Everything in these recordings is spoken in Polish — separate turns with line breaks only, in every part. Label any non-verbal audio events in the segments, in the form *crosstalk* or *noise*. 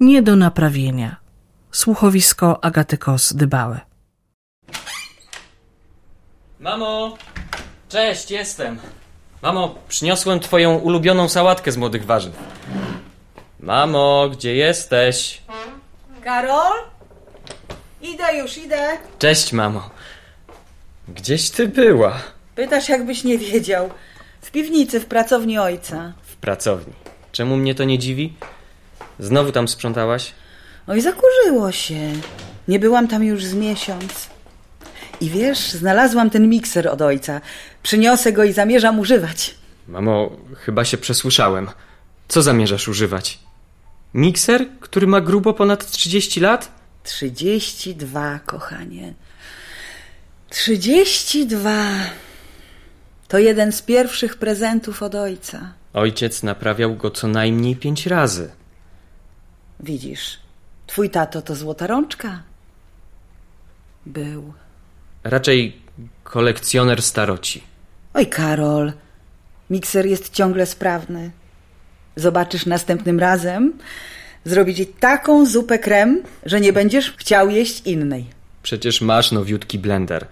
nie do naprawienia. Słuchowisko Agaty Kos Dybałe.
Mamo! Cześć, jestem. Mamo, przyniosłem twoją ulubioną sałatkę z młodych warzyw. Mamo, gdzie jesteś?
Karol? Idę już, idę.
Cześć, mamo. Gdzieś ty była
Pytasz, jakbyś nie wiedział. W piwnicy, w pracowni ojca.
w pracowni. Czemu mnie to nie dziwi? Znowu tam sprzątałaś?
Oj, No zakurzyło się. Nie byłam tam już z miesiąc. I wiesz, znalazłam ten mikser od ojca. Przyniosę go i zamierzam używać.
Mamo, chyba się przesłyszałem. Co zamierzasz używać? Mikser, który ma grubo ponad 30 lat?
32, kochanie. 32. To jeden z pierwszych prezentów od ojca.
Ojciec naprawiał go co najmniej 5 razy.
Widzisz, twój tato to złota rączka. Był.
Raczej kolekcjoner staroci.
Oj, Karol, mikser jest ciągle sprawny. Zobaczysz następnym razem, zrobi ci taką zupę krem, że nie będziesz chciał jeść innej.
Przecież masz nowiutki blender.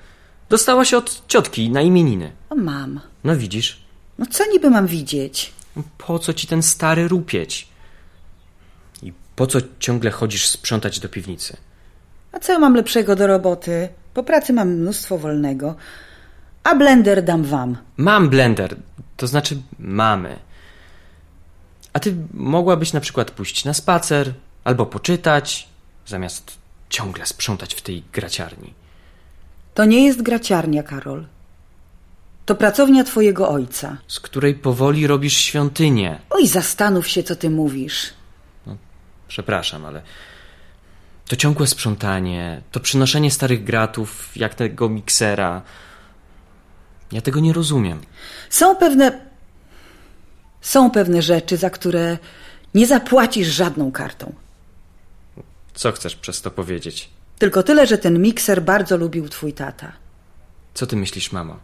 Dostałaś od ciotki na imieniny.
O, mam.
No widzisz,
No co niby mam widzieć?
po co ci ten stary rupieć? I po co ciągle chodzisz sprzątać do piwnicy?
A co ja mam lepszego do roboty? Po pracy mam mnóstwo wolnego. A blender dam wam.
Mam blender, to znaczy mamy. A ty mogłabyś na przykład pójść na spacer albo poczytać, zamiast ciągle sprzątać w tej graciarni.
To nie jest graciarnia, Karol. To pracownia twojego ojca.
Z której powoli robisz świątynię.
Oj, zastanów się, co ty mówisz.
Przepraszam, ale to ciągłe sprzątanie, to przynoszenie starych gratów, jak tego miksera. Ja tego nie rozumiem.
Są pewne. Są pewne rzeczy, za które nie zapłacisz żadną kartą.
Co chcesz przez to powiedzieć?
Tylko tyle, że ten mikser bardzo lubił twój tata.
Co ty myślisz, mamo?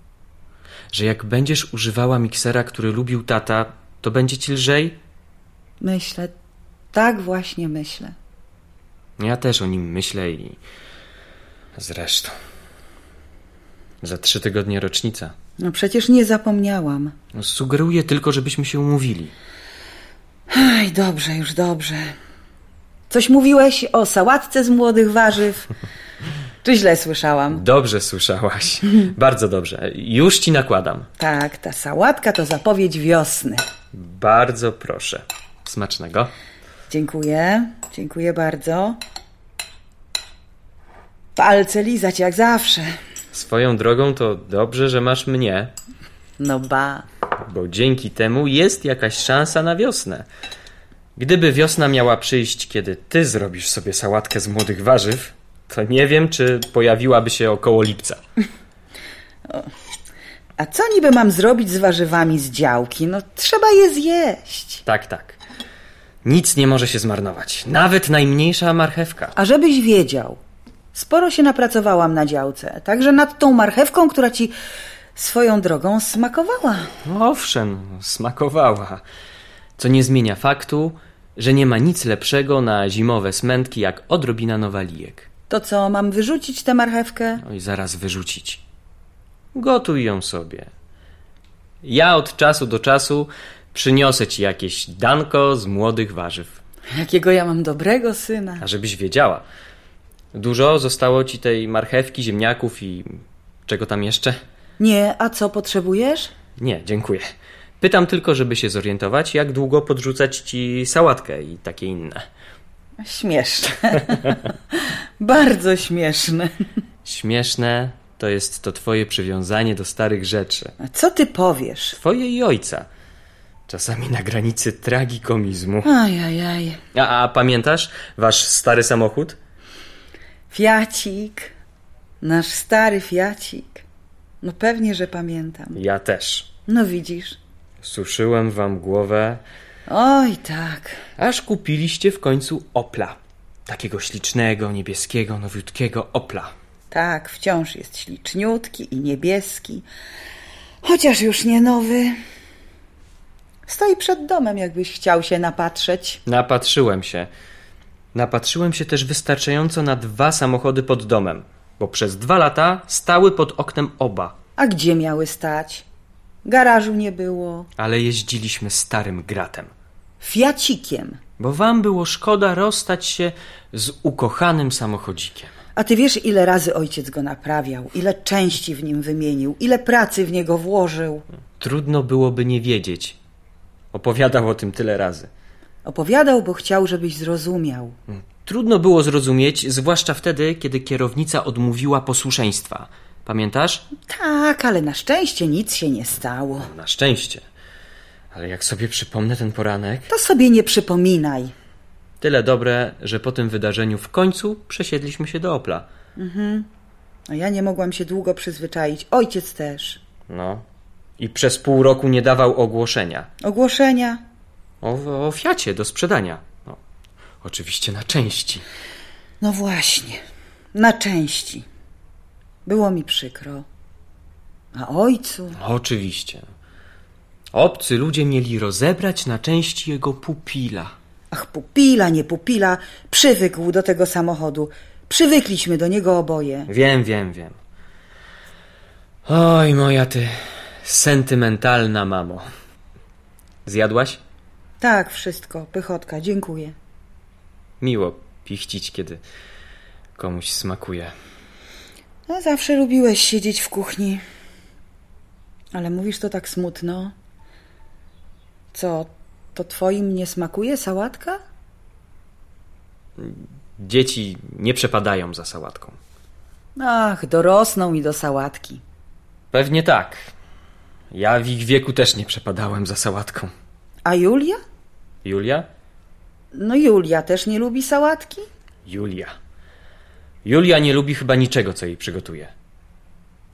Że jak będziesz używała miksera, który lubił tata, to będzie ci lżej?
Myślę, tak właśnie myślę.
No Ja też o nim myślę i. Zresztą. Za trzy tygodnie rocznica.
No przecież nie zapomniałam.
No, sugeruję tylko, żebyśmy się umówili.
Aj, dobrze, już dobrze. Coś mówiłeś o sałatce z młodych *laughs* warzyw? Czy źle słyszałam?
Dobrze słyszałaś. Bardzo dobrze. Już ci nakładam.
Tak, ta sałatka to zapowiedź wiosny.
Bardzo proszę. Smacznego.
Dziękuję, dziękuję bardzo. Palce lizać jak zawsze.
Swoją drogą to dobrze, że masz mnie,
No ba.
bo dzięki temu jest jakaś szansa na wiosnę. Gdyby wiosna miała przyjść, kiedy ty zrobisz sobie sałatkę z młodych warzyw, to nie wiem, czy pojawiłaby się około lipca.
A co niby mam zrobić z warzywami z działki? No trzeba je zjeść.
Tak, tak. Nic nie może się zmarnować. Nawet najmniejsza marchewka.
A żebyś wiedział, sporo się napracowałam na działce, także nad tą marchewką, która ci swoją drogą smakowała.
Owszem, smakowała. Co nie zmienia faktu, że nie ma nic lepszego na zimowe smętki jak odrobina nowalijek.
To co, mam wyrzucić tę marchewkę?
No i zaraz wyrzucić. Gotuj ją sobie. Ja od czasu do czasu przyniosę ci jakieś danko z młodych warzyw.
Jakiego ja mam dobrego syna.
A żebyś wiedziała, dużo zostało ci tej marchewki, ziemniaków i czego tam jeszcze?
Nie, a co potrzebujesz?
Nie, dziękuję. Pytam tylko, żeby się zorientować, jak długo podrzucać ci sałatkę i takie inne.
Śmieszne. *laughs* Bardzo śmieszne.
Śmieszne to jest to twoje przywiązanie do starych rzeczy.
A Co ty powiesz?
Twoje i ojca. Czasami na granicy tragikomizmu.
Ajajaj.
A, a pamiętasz wasz stary samochód?
Fiacik. Nasz stary fiacik. No pewnie, że pamiętam.
Ja też.
No widzisz.
Suszyłem wam głowę,
Oj, tak.
aż kupiliście w końcu Opla. Takiego ślicznego, niebieskiego, nowiutkiego Opla.
Tak, wciąż jest śliczniutki i niebieski. Chociaż już nie nowy. Stoi przed domem, jakbyś chciał się napatrzeć.
Napatrzyłem się. Napatrzyłem się też wystarczająco na dwa samochody pod domem, bo przez dwa lata stały pod oknem oba,
A gdzie miały stać? Garażu nie było.
ale jeździliśmy starym gratem.
Fiacikiem.
Bo wam było szkoda rozstać się z ukochanym samochodzikiem.
A ty wiesz, ile razy ojciec go naprawiał, ile części w nim wymienił, ile pracy w niego włożył.
Trudno byłoby nie wiedzieć. Opowiadał o tym tyle razy.
Opowiadał, bo chciał, żebyś zrozumiał.
Trudno było zrozumieć, zwłaszcza wtedy, kiedy kierownica odmówiła posłuszeństwa. Pamiętasz?
Tak, ale na szczęście nic się nie stało.
Na szczęście. Ale jak sobie przypomnę ten poranek.
To sobie nie przypominaj.
Tyle dobre, że po tym wydarzeniu w końcu przesiedliśmy się do Opla.
A ja nie mogłam się długo przyzwyczaić. Ojciec też.
No. I przez pół roku nie dawał ogłoszenia.
Ogłoszenia.
O, o Fiacie do sprzedania. No. Oczywiście na części.
No właśnie, na części. Było mi przykro. A ojcu?
No, Oczywiście. Obcy ludzie mieli rozebrać na części jego pupila.
Ach, pupila, nie pupila, przywykł do tego samochodu. Przywykliśmy do niego oboje.
Wiem, wiem, wiem. Oj, moja ty sentymentalna mamo. Zjadłaś?
Tak, wszystko, pychotka, dziękuję.
Miło pichcić, kiedy komuś smakuje.
No, zawsze lubiłeś siedzieć w kuchni. Ale mówisz to tak smutno. Co, to twoim nie smakuje sałatka?
Dzieci nie przepadają za sałatką.
Ach, dorosną i do sałatki.
Pewnie tak. Ja w ich wieku też nie przepadałem za sałatką.
A Julia?
Julia?
No Julia też nie lubi sałatki?
Julia. Julia nie lubi chyba niczego, co jej przygotuje.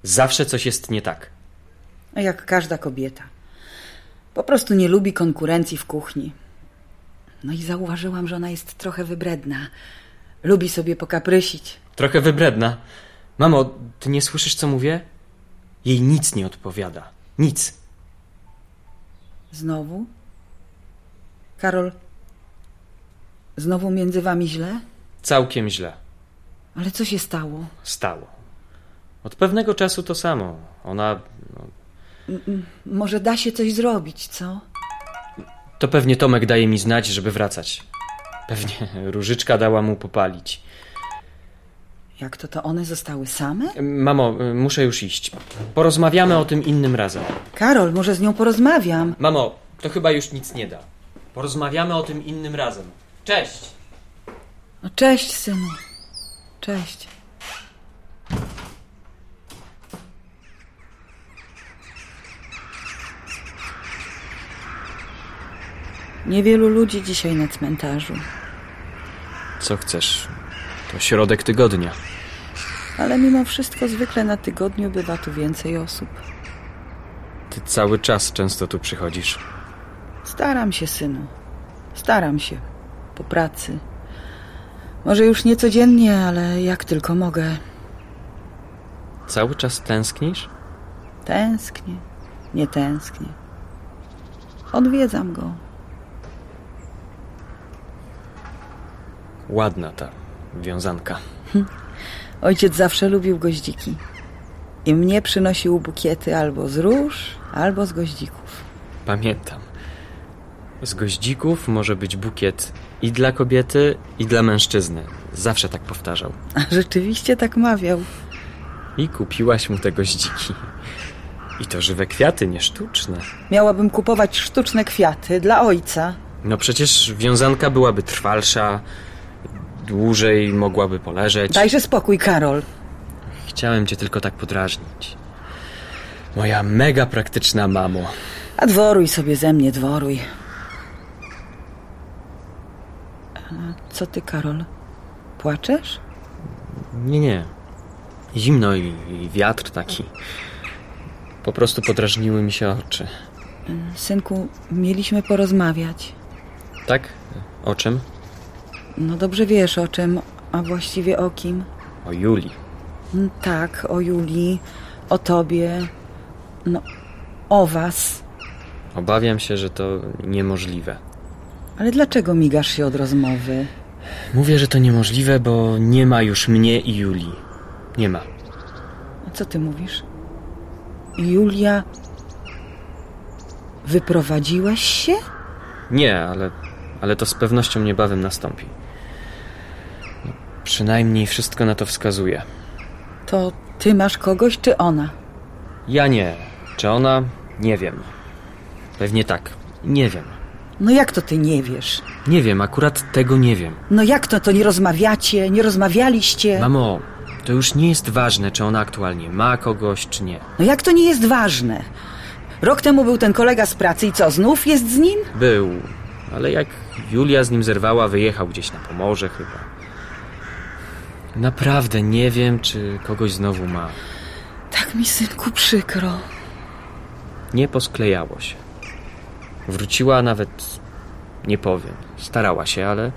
Zawsze coś jest nie tak.
Jak każda kobieta. Po prostu nie lubi konkurencji w kuchni. No i zauważyłam, że ona jest trochę wybredna. Lubi sobie pokaprysić.
Trochę wybredna. Mamo, ty nie słyszysz, co mówię? Jej nic nie odpowiada. Nic.
Znowu? Karol, znowu między wami źle?
Całkiem źle.
Ale co się stało?
Stało. Od pewnego czasu to samo. Ona. No,
Może da się coś zrobić, co?
to pewnie Tomek daje mi znać, żeby wracać. Pewnie różyczka dała mu popalić.
Jak to to one zostały same?
Mamo, muszę już iść. Porozmawiamy o tym innym razem.
Karol, może z nią porozmawiam.
Mamo, to chyba już nic nie da. Porozmawiamy o tym innym razem. Cześć!
No cześć, synu. Cześć. Niewielu ludzi dzisiaj na cmentarzu,
Co chcesz? To środek tygodnia.
ale mimo wszystko zwykle na tygodniu bywa tu więcej osób.
Ty cały czas często tu przychodzisz.
Staram się, synu. Staram się. Po pracy. Może już nie codziennie, ale jak tylko mogę.
Cały czas tęsknisz?
Tęsknię, nie tęsknię. Odwiedzam go.
Ładna ta wiązanka.
Ojciec zawsze lubił goździki. I mnie przynosił bukiety albo z róż, albo z goździków.
Pamiętam. Z goździków może być bukiet i dla kobiety, i dla mężczyzny. Zawsze tak powtarzał.
A rzeczywiście tak mawiał.
I kupiłaś mu te goździki. I to żywe kwiaty, nie sztuczne.
Miałabym kupować sztuczne kwiaty dla ojca.
No przecież wiązanka byłaby trwalsza, dłużej mogłaby poleżeć.
Dajże spokój, Karol.
Chciałem cię tylko tak podrażnić. Moja mega praktyczna mamo.
A dworuj sobie ze mnie, dworuj. A Co ty, Karol? Płaczesz?
Nie, nie. Zimno i, i wiatr taki. Po prostu podrażniły mi się oczy.
Synku, mieliśmy porozmawiać.
Tak? O czym?
No dobrze wiesz o czym, a właściwie o kim.
O Julii.
Mm, Tak, o Julii, o tobie, no, o was.
Obawiam się, że to niemożliwe.
Ale dlaczego migasz się od rozmowy?
Mówię, że to niemożliwe, bo nie ma już mnie i Julii. Nie ma.
A co ty mówisz? Julia. Wyprowadziłaś się?
Nie, ale, ale to z pewnością niebawem nastąpi. No, Przynajmniej wszystko na to wskazuje.
To ty masz kogoś, czy ona?
Ja nie. Czy ona? Nie wiem. Pewnie tak. Nie wiem.
No jak to ty nie wiesz?
Nie wiem, akurat tego nie wiem.
No jak to, to nie rozmawiacie, nie rozmawialiście?
Mamo, to już nie jest ważne, czy ona aktualnie ma kogoś, czy nie.
No jak to nie jest ważne? Rok temu był ten kolega z pracy i co, znów jest z nim?
Był, ale jak Julia z nim zerwała, wyjechał gdzieś na Pomorze chyba. Naprawdę nie wiem, czy kogoś znowu ma.
Tak mi, synku, przykro.
Nie posklejało się. Wróciła nawet, nie powiem, starała się, ale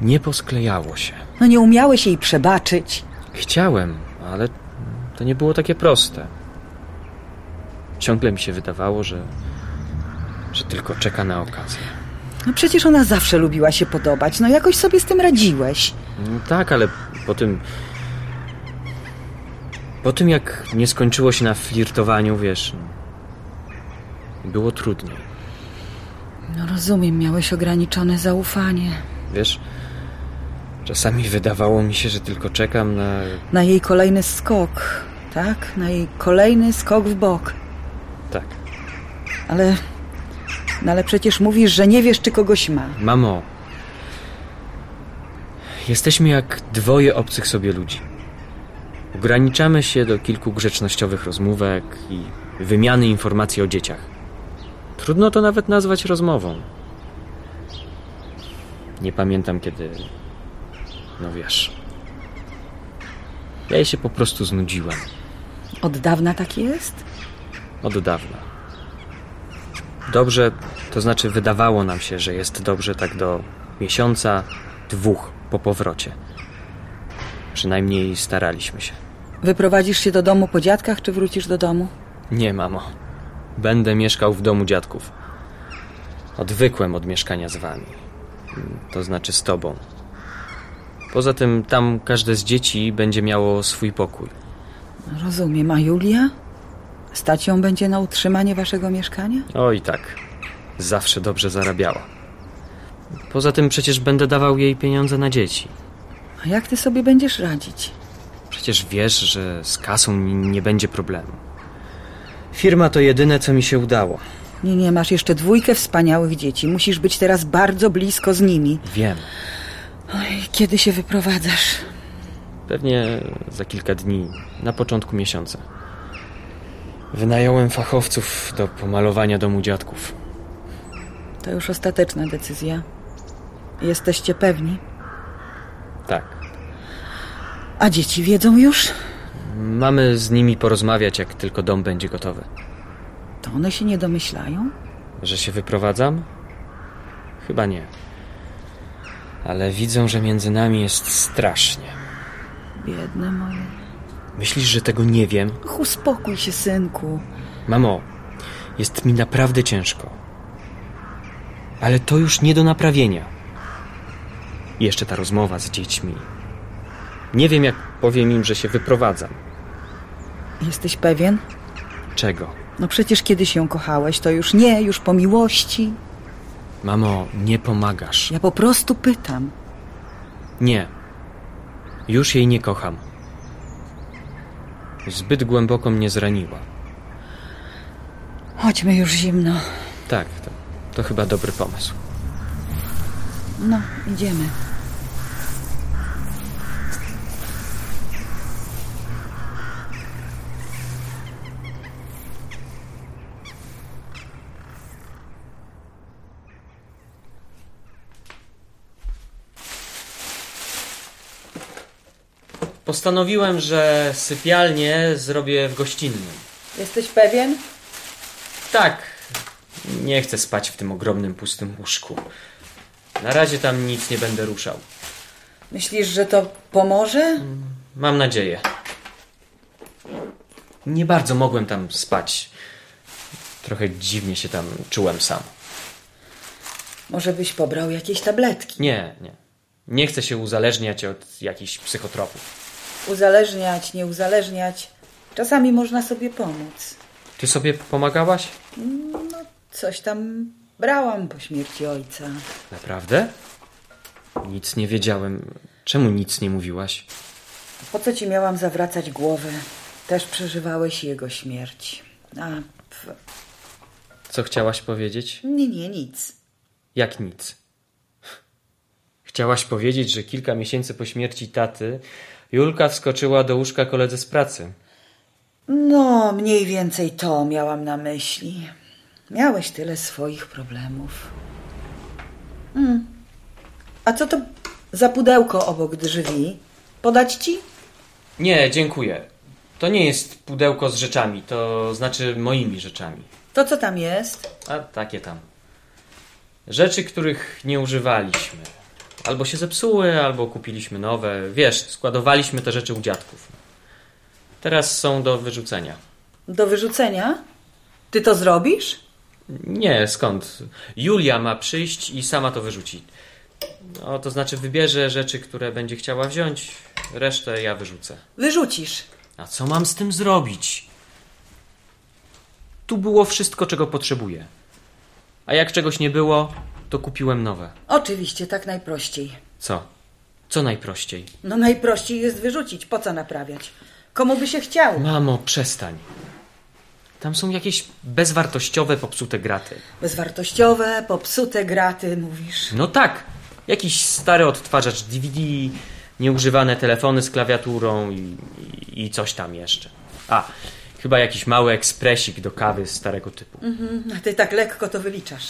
nie posklejało się.
No nie umiałeś jej przebaczyć.
Chciałem, ale to nie było takie proste. Ciągle mi się wydawało, że, że tylko czeka na okazję.
No przecież ona zawsze lubiła się podobać, no jakoś sobie z tym radziłeś.
No tak, ale po tym. Po tym, jak nie skończyło się na flirtowaniu, wiesz. Było trudniej.
No rozumiem, miałeś ograniczone zaufanie.
Wiesz, czasami wydawało mi się, że tylko czekam na.
Na jej kolejny skok, tak? Na jej kolejny skok w bok.
Tak.
Ale. No ale przecież mówisz, że nie wiesz, czy kogoś ma.
Mamo. Jesteśmy jak dwoje obcych sobie ludzi. Ograniczamy się do kilku grzecznościowych rozmówek i wymiany informacji o dzieciach. Trudno to nawet nazwać rozmową. Nie pamiętam kiedy. No wiesz. Ja jej się po prostu znudziłem.
Od dawna tak jest?
Od dawna. Dobrze, to znaczy wydawało nam się, że jest dobrze tak do miesiąca, dwóch po powrocie. Przynajmniej staraliśmy się.
Wyprowadzisz się do domu po dziadkach, czy wrócisz do domu?
Nie, mamo. Będę mieszkał w domu dziadków. Odwykłem od mieszkania z wami. To znaczy z tobą. Poza tym tam każde z dzieci będzie miało swój pokój.
Rozumiem, a Julia? Stać ją będzie na utrzymanie waszego mieszkania?
O i tak. Zawsze dobrze zarabiała. Poza tym przecież będę dawał jej pieniądze na dzieci.
A jak ty sobie będziesz radzić?
Przecież wiesz, że z kasą mi nie będzie problemu. Firma to jedyne, co mi się udało.
Nie, nie, masz jeszcze dwójkę wspaniałych dzieci. Musisz być teraz bardzo blisko z nimi.
Wiem.
Oj, kiedy się wyprowadzasz?
Pewnie za kilka dni, na początku miesiąca. Wynająłem fachowców do pomalowania domu dziadków.
To już ostateczna decyzja. Jesteście pewni?
Tak.
A dzieci wiedzą już?
Mamy z nimi porozmawiać, jak tylko dom będzie gotowy.
To one się nie domyślają?
Że się wyprowadzam? Chyba nie. Ale widzą, że między nami jest strasznie.
Biedne moje.
Myślisz, że tego nie wiem?
Ach, uspokój się, synku.
Mamo, jest mi naprawdę ciężko. Ale to już nie do naprawienia. I Jeszcze ta rozmowa z dziećmi. Nie wiem, jak powiem im, że się wyprowadzam.
Jesteś pewien?
Czego?
No przecież kiedy się kochałeś, to już nie, już po miłości.
Mamo, nie pomagasz.
Ja po prostu pytam.
Nie. Już jej nie kocham. Zbyt głęboko mnie zraniła.
Chodźmy już zimno.
Tak, to, to chyba dobry pomysł.
No, idziemy.
Postanowiłem, że sypialnię zrobię w gościnnym.
Jesteś pewien?
Tak. Nie chcę spać w tym ogromnym, pustym łóżku. Na razie tam nic nie będę ruszał.
Myślisz, że to pomoże?
Mam nadzieję. Nie bardzo mogłem tam spać. Trochę dziwnie się tam czułem sam.
Może byś pobrał jakieś tabletki?
Nie, nie. Nie chcę się uzależniać od jakichś psychotropów.
Uzależniać, nie uzależniać. Czasami można sobie pomóc.
Ty sobie pomagałaś?
Coś tam brałam po śmierci ojca.
Naprawdę? Nic nie wiedziałem. Czemu nic nie mówiłaś?
Po co ci miałam zawracać głowy? Też przeżywałeś jego śmierć. A, pf,
Co chciałaś powiedzieć?
nie, nie, nic.
Jak nic? Chciałaś powiedzieć, że kilka miesięcy po śmierci taty Julka wskoczyła do łóżka koledze z pracy.
No, mniej więcej to miałam na myśli. Miałeś tyle swoich problemów. Mm. A co to za pudełko obok drzwi? Podać ci?
Nie, dziękuję. To nie jest pudełko z rzeczami, to znaczy moimi rzeczami.
To, co tam jest?
A takie tam. Rzeczy, których nie używaliśmy. Albo się zepsuły, albo kupiliśmy nowe. Wiesz, składowaliśmy te rzeczy u dziadków. Teraz są do wyrzucenia.
Do wyrzucenia? Ty to zrobisz?
Nie, skąd? Julia ma przyjść i sama to wyrzuci. No, to znaczy wybierze rzeczy, które będzie chciała wziąć, resztę ja wyrzucę.
Wyrzucisz.
A co mam z tym zrobić? Tu było wszystko, czego potrzebuję. A jak czegoś nie było, to kupiłem nowe.
Oczywiście, tak najprościej.
Co? Co najprościej?
No najprościej jest wyrzucić, po co naprawiać? Komu by się chciało?
Mamo, przestań. Tam są jakieś bezwartościowe, popsute graty.
Bezwartościowe, popsute graty, mówisz.
No tak, jakiś stary odtwarzacz DVD, nieużywane telefony z klawiaturą i, i, i coś tam jeszcze. A, chyba jakiś mały ekspresik do kawy starego typu.
A ty tak lekko to wyliczasz.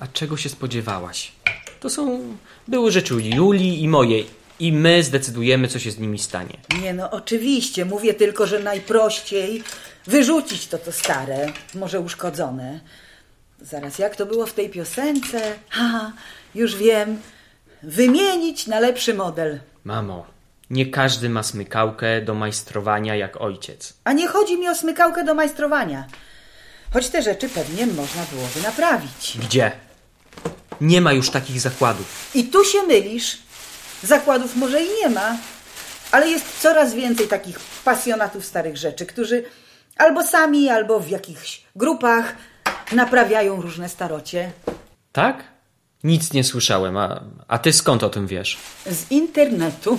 A czego się spodziewałaś? To są były rzeczy Julii i moje i my zdecydujemy, co się z nimi stanie.
Nie no, oczywiście, mówię tylko, że najprościej wyrzucić to to stare, może uszkodzone. Zaraz, jak to było w tej piosence? Ha, już wiem. Wymienić na lepszy model.
Mamo, nie każdy ma smykałkę do majstrowania jak ojciec.
A nie chodzi mi o smykałkę do majstrowania. Choć te rzeczy pewnie można byłoby naprawić.
Gdzie? Nie ma już takich zakładów.
I tu się mylisz. Zakładów może i nie ma, ale jest coraz więcej takich pasjonatów starych rzeczy, którzy albo sami, albo w jakichś grupach naprawiają różne starocie.
Tak? Nic nie słyszałem, a, a ty skąd o tym wiesz?
Z internetu.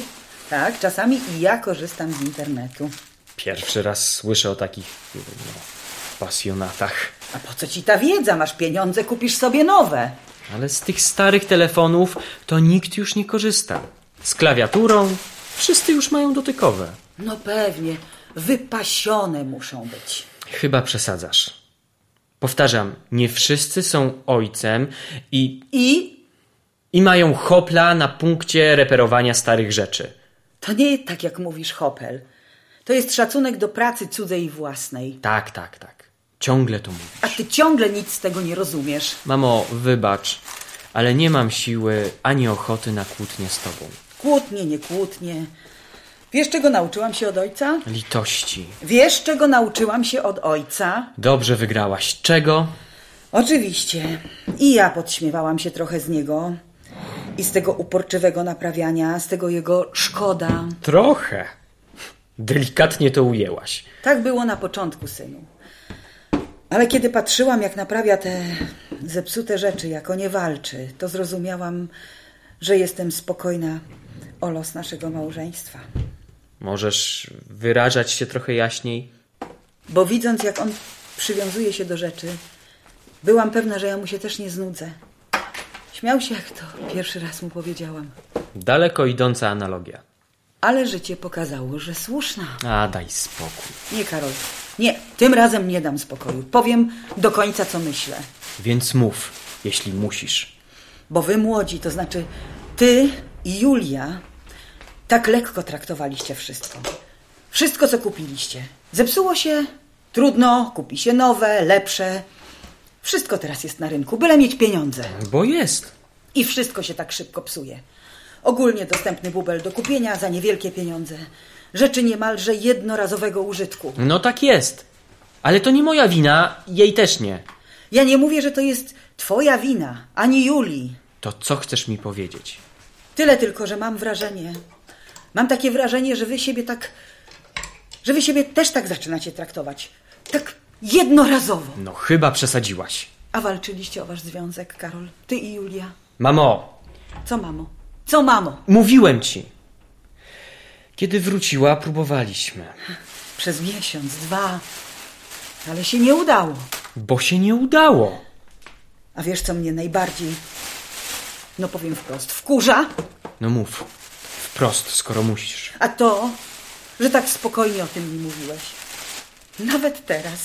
Tak, czasami i ja korzystam z internetu.
Pierwszy raz słyszę o takich no, pasjonatach.
A po co ci ta wiedza? Masz pieniądze, kupisz sobie nowe.
Ale z tych starych telefonów to nikt już nie korzysta. Z klawiaturą wszyscy już mają dotykowe.
No pewnie, wypasione muszą być.
Chyba przesadzasz. Powtarzam, nie wszyscy są ojcem i,
I
i mają hopla na punkcie reperowania starych rzeczy.
to nie jest tak, jak mówisz, Hopel. To jest szacunek do pracy cudzej i własnej.
Tak, tak, tak. Ciągle to mówię.
A ty ciągle nic z tego nie rozumiesz.
Mamo, wybacz, ale nie mam siły ani ochoty na kłótnie z tobą.
Kłótnie, nie kłótnie. Wiesz, czego nauczyłam się od ojca?
Litości.
Wiesz, czego nauczyłam się od ojca?
Dobrze wygrałaś. Czego?
Oczywiście. I ja podśmiewałam się trochę z niego. I z tego uporczywego naprawiania, z tego jego szkoda.
Trochę. Delikatnie to ujęłaś.
Tak było na początku, synu. Ale kiedy patrzyłam, jak naprawia te zepsute rzeczy, jak o nie walczy, to zrozumiałam, że jestem spokojna o los naszego małżeństwa.
Możesz wyrażać się trochę jaśniej?
Bo widząc, jak on przywiązuje się do rzeczy, byłam pewna, że ja mu się też nie znudzę. Śmiał się, jak to pierwszy raz mu powiedziałam.
Daleko idąca analogia.
Ale życie pokazało, że słuszna.
A, daj spokój.
Nie, Karol, nie, tym razem nie dam spokoju. Powiem do końca, co myślę.
Więc mów, jeśli musisz.
Bo wy młodzi, to znaczy ty i Julia, tak lekko traktowaliście wszystko. Wszystko, co kupiliście. Zepsuło się, trudno, kupi się nowe, lepsze. Wszystko teraz jest na rynku, byle mieć pieniądze.
Bo jest.
I wszystko się tak szybko psuje. Ogólnie dostępny bubel do kupienia za niewielkie pieniądze. Rzeczy niemalże jednorazowego użytku.
No tak jest. Ale to nie moja wina, jej też nie.
Ja nie mówię, że to jest twoja wina, ani Julii.
To co chcesz mi powiedzieć?
Tyle tylko, że mam wrażenie. Mam takie wrażenie, że wy siebie tak. że wy siebie też tak zaczynacie traktować. Tak jednorazowo.
No chyba przesadziłaś.
A walczyliście o wasz związek, Karol. Ty i Julia.
Mamo,
Co mamo? Co mamo?
mówiłem ci. Kiedy wróciła, próbowaliśmy.
Przez miesiąc, dwa. Ale się nie udało.
Bo się nie udało.
A wiesz, co mnie najbardziej. No powiem wprost, wkurza,
No mów. Wprost, skoro musisz.
a to, że tak spokojnie o tym mi mówiłeś. Nawet teraz.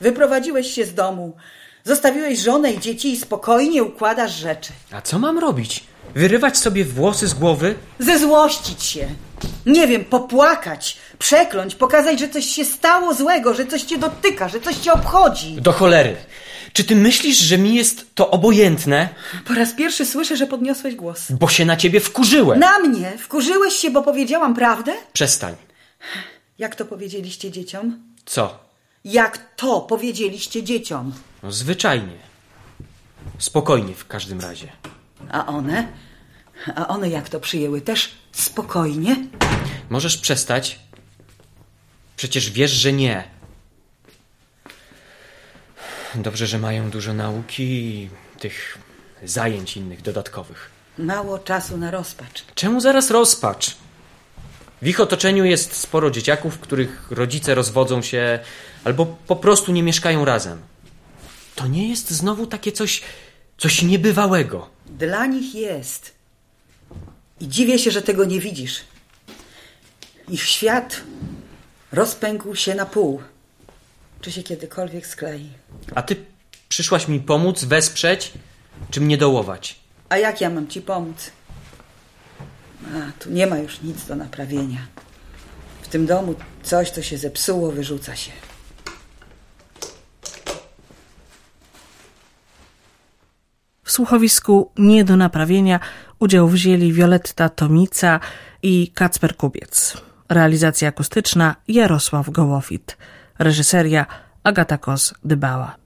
Wyprowadziłeś się z domu, zostawiłeś żonę i dzieci i spokojnie układasz rzeczy.
A co mam robić? Wyrywać sobie włosy z głowy?
Zezłościć się. Nie wiem, popłakać, przekląć, pokazać, że coś się stało złego, że coś cię dotyka, że coś cię obchodzi.
Do cholery. Czy ty myślisz, że mi jest to obojętne?
Po raz pierwszy słyszę, że podniosłeś głos.
Bo się na ciebie wkurzyłem.
Na mnie? Wkurzyłeś się, bo powiedziałam prawdę?
Przestań.
Jak to powiedzieliście dzieciom?
Co?
Jak to powiedzieliście dzieciom?
No zwyczajnie. Spokojnie w każdym razie.
A one? A one jak to przyjęły? Też spokojnie?
Możesz przestać? Przecież wiesz, że nie. Dobrze, że mają dużo nauki i tych zajęć innych dodatkowych.
Mało czasu na rozpacz.
Czemu zaraz rozpacz? W ich otoczeniu jest sporo dzieciaków, których rodzice rozwodzą się albo po prostu nie mieszkają razem. To nie jest znowu takie coś, coś niebywałego.
Dla nich jest. I dziwię się, że tego nie widzisz. Ich świat rozpękł się na pół. Czy się kiedykolwiek sklei?
A ty przyszłaś mi pomóc, wesprzeć, czy mnie dołować?
A jak ja mam ci pomóc? A, tu nie ma już nic do naprawienia. W tym domu coś, co się zepsuło, wyrzuca się.
W słuchowisku nie do naprawienia udział wzięli Wioletta Tomica i Kacper Kubiec. Realizacja akustyczna Jarosław Gołowit. Reżyseria Agata Kos-Dybała.